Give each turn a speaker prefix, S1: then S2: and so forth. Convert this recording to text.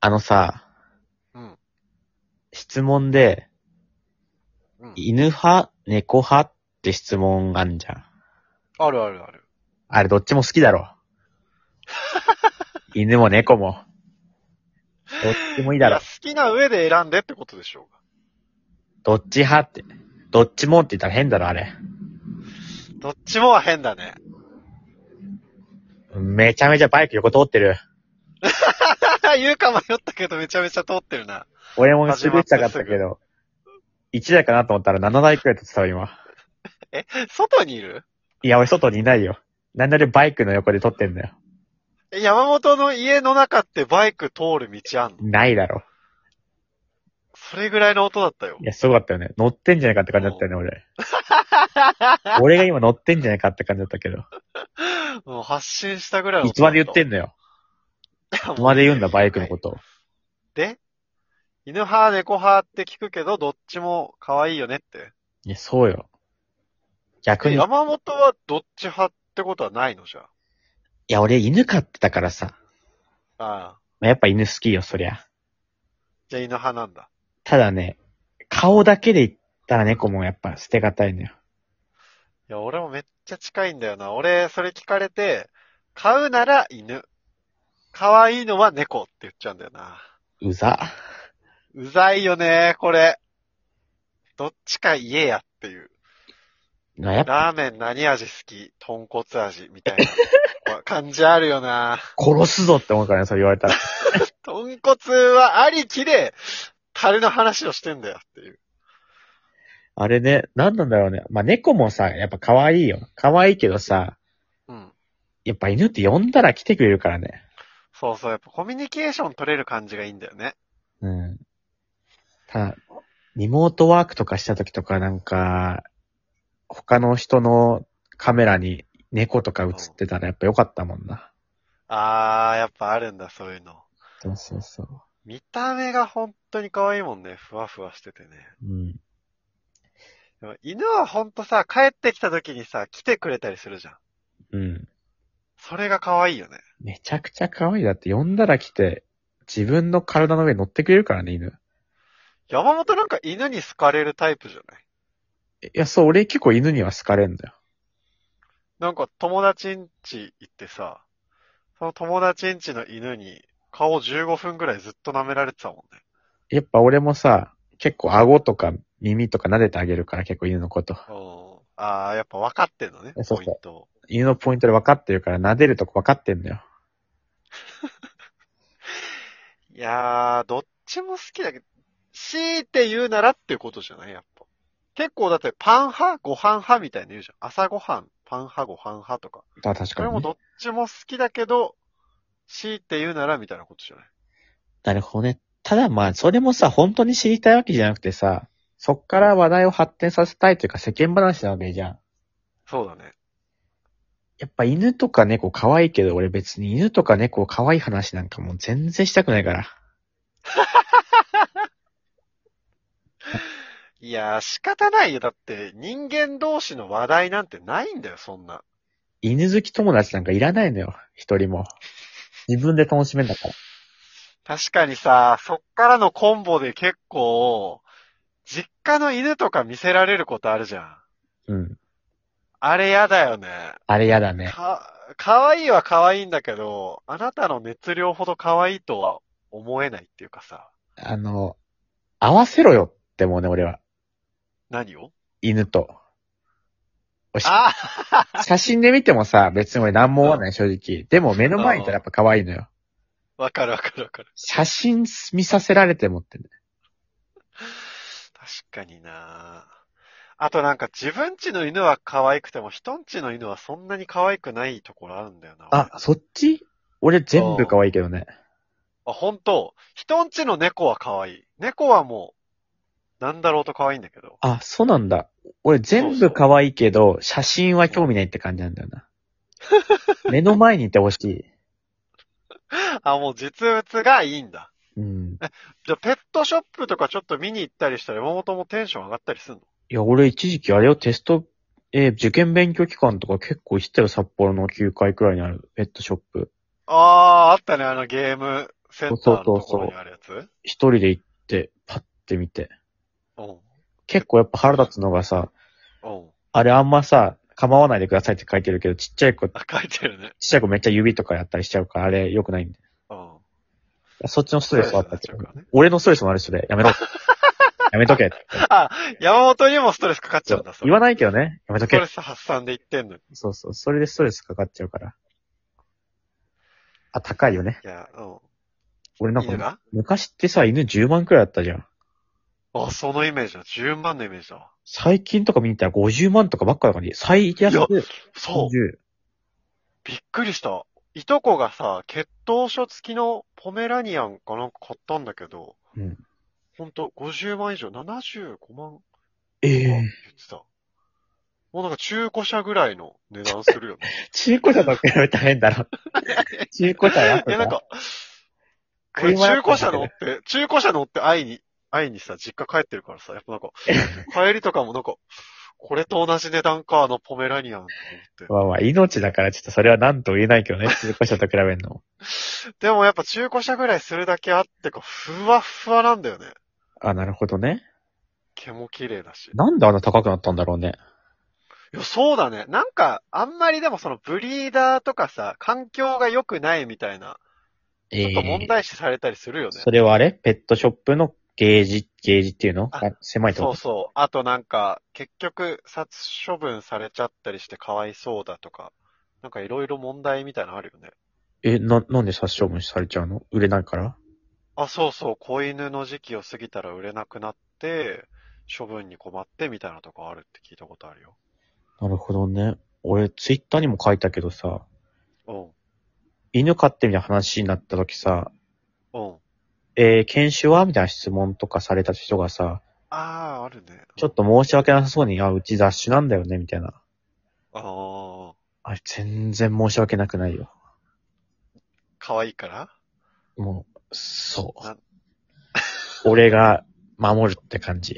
S1: あのさ、
S2: うん。
S1: 質問で、
S2: うん。
S1: 犬派、猫派って質問あんじゃん。
S2: あるあるある。
S1: あれどっちも好き だろ。犬も猫も。どっちもいいだ
S2: い
S1: ろ
S2: や好。きな上で選んでってことでしょうか。
S1: どっち派って。どっちもって言ったら変だろ、あれ。
S2: どっちもは変だね。
S1: めちゃめちゃバイク横通ってる。
S2: 言うか迷ったけどめちゃめちゃ通ってるな。
S1: 俺もスルーしたかったけど。1台かなと思ったら7台くらいとってたわ、今。
S2: 外にいる
S1: いや、俺外にいないよ。なんで俺バイクの横で撮ってんだよ。
S2: え山本の家の中ってバイク通る道あんの
S1: ないだろ。
S2: それぐらいの音だったよ
S1: い。や、すごかったよね。乗ってんじゃないかって感じだったよね、俺。俺が今乗ってんじゃないかって感じだったけど。
S2: もう発信したぐらいの
S1: いつまで言って
S2: ん
S1: んのよ。いつ
S2: の
S1: まで言うんだ、バイクのこと。
S2: で犬派、猫派って聞くけど、どっちも可愛いよねって。
S1: いや、そうよ。逆
S2: え
S1: に、い
S2: 山本はどっち派ってことはないのじゃ
S1: や、俺犬飼ってたからさ。
S2: あ。ああ。
S1: まあやっぱ犬好きよ、そりゃ。
S2: じゃあ犬派なんだ。
S1: ただね、顔だけで言ったら猫もやっぱ捨てがたいのよ。
S2: いや、俺もめっちゃ近いんだよな。俺、それ聞かれて、飼うなら犬。可愛いのは猫って言っちゃうんだよな。
S1: うざ。
S2: うざいよね、これ。どっちか言えやっていう。
S1: まあやっぱ
S2: ラーメン何味好き豚骨味みたいな感じあるよな。
S1: 殺すぞって思うからね、それ言われたら。
S2: 豚骨はありきで、タレの話をしてんだよっていう。
S1: あれね、なんなんだろうね。まあ、猫もさ、やっぱ可愛いよ。可愛いけどさ、
S2: うん。
S1: やっぱ犬って呼んだら来てくれるからね。
S2: そうそう、やっぱコミュニケーション取れる感じがいいんだよね。
S1: うん。ただ、リモートワークとかした時とかなんか、他の人のカメラに猫とか映ってたらやっぱ良かったもんな。
S2: あー、やっぱあるんだ、そういうの。
S1: そうそうそう。
S2: 見た目が本当に可愛いもんね。ふわふわしててね。
S1: うん。
S2: でも犬はほんとさ、帰ってきた時にさ、来てくれたりするじゃん。
S1: うん。
S2: それが可愛いよね。
S1: めちゃくちゃ可愛い。だって呼んだら来て、自分の体の上に乗ってくれるからね、犬。
S2: 山本なんか犬に好かれるタイプじゃない
S1: いや、そう、俺結構犬には好かれんだよ。
S2: なんか友達ん家行ってさ、その友達ん家の犬に顔15分ぐらいずっと舐められてたもんね。
S1: やっぱ俺もさ、結構顎とか耳とか撫でてあげるから結構犬のこと。
S2: うん。あー、やっぱ分かってんのね、
S1: そうそう
S2: ポイントを。
S1: 犬のポイントで分かってるから撫でるとこ分かってんだよ。
S2: いやー、どっちも好きだけど、強いて言うならっていうことじゃないやっぱ。結構だってパン派ご飯派みたいな言うじゃん。朝ごはん、パン派ご飯派とか。
S1: あ、確
S2: こ
S1: か
S2: れ
S1: に、
S2: も
S1: ね。
S2: どっちも好きだけど、強いて言うならみたいなことじゃない
S1: なるほどね。ただまあ、それもさ、本当に知りたいわけじゃなくてさ、そっから話題を発展させたいというか世間話なわけじゃん。
S2: そうだね。
S1: やっぱ犬とか猫可愛いけど、俺別に犬とか猫可愛い話なんかもう全然したくないから。
S2: いやー、仕方ないよ。だって、人間同士の話題なんてないんだよ、そんな。
S1: 犬好き友達なんかいらないのよ、一人も。自分で楽しめんだから。
S2: 確かにさ、そっからのコンボで結構、実家の犬とか見せられることあるじゃん。
S1: うん。
S2: あれやだよね。
S1: あれやだね。
S2: か、可愛いは可愛いんだけど、あなたの熱量ほど可愛いとは思えないっていうかさ、
S1: あの、合わせろよって思うね、俺は。
S2: 何を
S1: 犬と。おし
S2: ああ
S1: 写真で見てもさ、別に俺何も思わない、正直。でも目の前にいたらやっぱ可愛いのよ。
S2: わかるわかるわかる。
S1: 写真見させられてもってね。
S2: 確かになあとなんか自分ちの犬は可愛くても、人んちの犬はそんなに可愛くないところあるんだよな。
S1: あ、そっち俺全部可愛いけどね。
S2: あ、本当人んちの猫は可愛い。猫はもう、なんだろうと可愛いんだけど。
S1: あ、そうなんだ。俺全部可愛いけど、写真は興味ないって感じなんだよ な。目の前にいてほしい。
S2: あ、もう実物がいいんだ。
S1: うん。
S2: じゃあ、ペットショップとかちょっと見に行ったりしたら、山本もテンション上がったりすんの
S1: いや、俺一時期あれよ、テスト、えー受験勉強期間とか結構行ってたよ、札幌の9階くらいにあるペットショップ。
S2: あー、あったね、あのゲームセンターのところにあるやつ
S1: 一人で行って、パッて見て。
S2: うん。
S1: 結構やっぱ腹立つのがさ、
S2: うん。
S1: あれあんまさ、構わないでくださいって書いてるけど、ちっちゃい子、ちっ
S2: あ、書いてるね。
S1: ちゃい子めっちゃ指とかやったりしちゃうから、あれ良くないんで。
S2: うん。
S1: そっちのストレスはあったけど
S2: ストレスになっちゃうからね、
S1: 俺のストレスもあるしね、や めろ。やめとけ。
S2: あ、山本にもストレスかかっちゃうんだ、
S1: 言わ
S2: な
S1: な
S2: い。
S1: いけどね、やめと
S2: スト
S1: け
S2: レ。ス発散で言ってんのに。
S1: そうそう、それでストレスかかっちゃうから。あ、高いよね。
S2: いや、う
S1: 俺
S2: ん。
S1: なん
S2: 犬
S1: か、
S2: が
S1: 昔ってさ、犬10万くらいあったじゃん。
S2: あ、そのイメージだ。10万のイメージだわ。
S1: 最近とか見に行ったら50万とかばっかだからね、最安
S2: いや
S1: で
S2: そう。
S1: 30。
S2: びっくりした。いとこがさ、血統書付きのポメラニアンかなんか買ったんだけど、
S1: うん。
S2: ほんと50万以上、75万とか
S1: え
S2: 言
S1: え
S2: ってた。もうなんか中古車ぐらいの値段するよね。
S1: 中古車と比べたら変だ ろ。中古車やっ
S2: いや、なんか、俺
S1: 車や
S2: 中
S1: ったんだ
S2: 古
S1: けど
S2: 車乗って、中古車乗って会いに、会いにさ、実家帰ってるからさ、やっぱな んか、帰りとかもなんか、これと同じ値段か、あのポメラニアンって思っ
S1: まあまあ、命だからちょっとそれは何とも言えないけどね、中古車と比べるのも。
S2: て。でもやっぱ中古車ぐらいするだけあってか、ふわっふわなんだよね。
S1: あ、なるほどね。
S2: 毛も綺麗だし。
S1: なんであんな高くなったんだろうね。
S2: いや、そうだね。なんか、あんまりでもそのブリーダーとかさ、環境が良くないみたいな、
S1: え
S2: ちょっと問題視されたりするよね。
S1: それはあれペットショップのゲージ、ゲージっていうの
S2: あ
S1: あ狭いと
S2: そ
S1: こ
S2: うそう。あとなんか、結局、殺処分されちゃったりしてかわいそうだとか、なんかいろいろ問題みたいなのあるよね。
S1: え、な、なんで殺処分されちゃうの売れないから
S2: あ、そうそう。子犬の時期を過ぎたら売れなくなって、処分に困ってみたいなとかあるって聞いたことあるよ。
S1: なるほどね。俺、ツイッターにも書いたけどさ、
S2: う
S1: 犬飼ってみたいな話になった時さ、
S2: ん。うん。
S1: えー、犬種はみたいな質問とかされた人がさ、
S2: ああ、あるね。
S1: ちょっと申し訳なさそうに、あ、うち雑種なんだよね、みたいな。
S2: ああ、
S1: あれ、全然申し訳なくないよ。
S2: かわいいから
S1: もう、そ
S2: な
S1: う。俺が守るって感じ。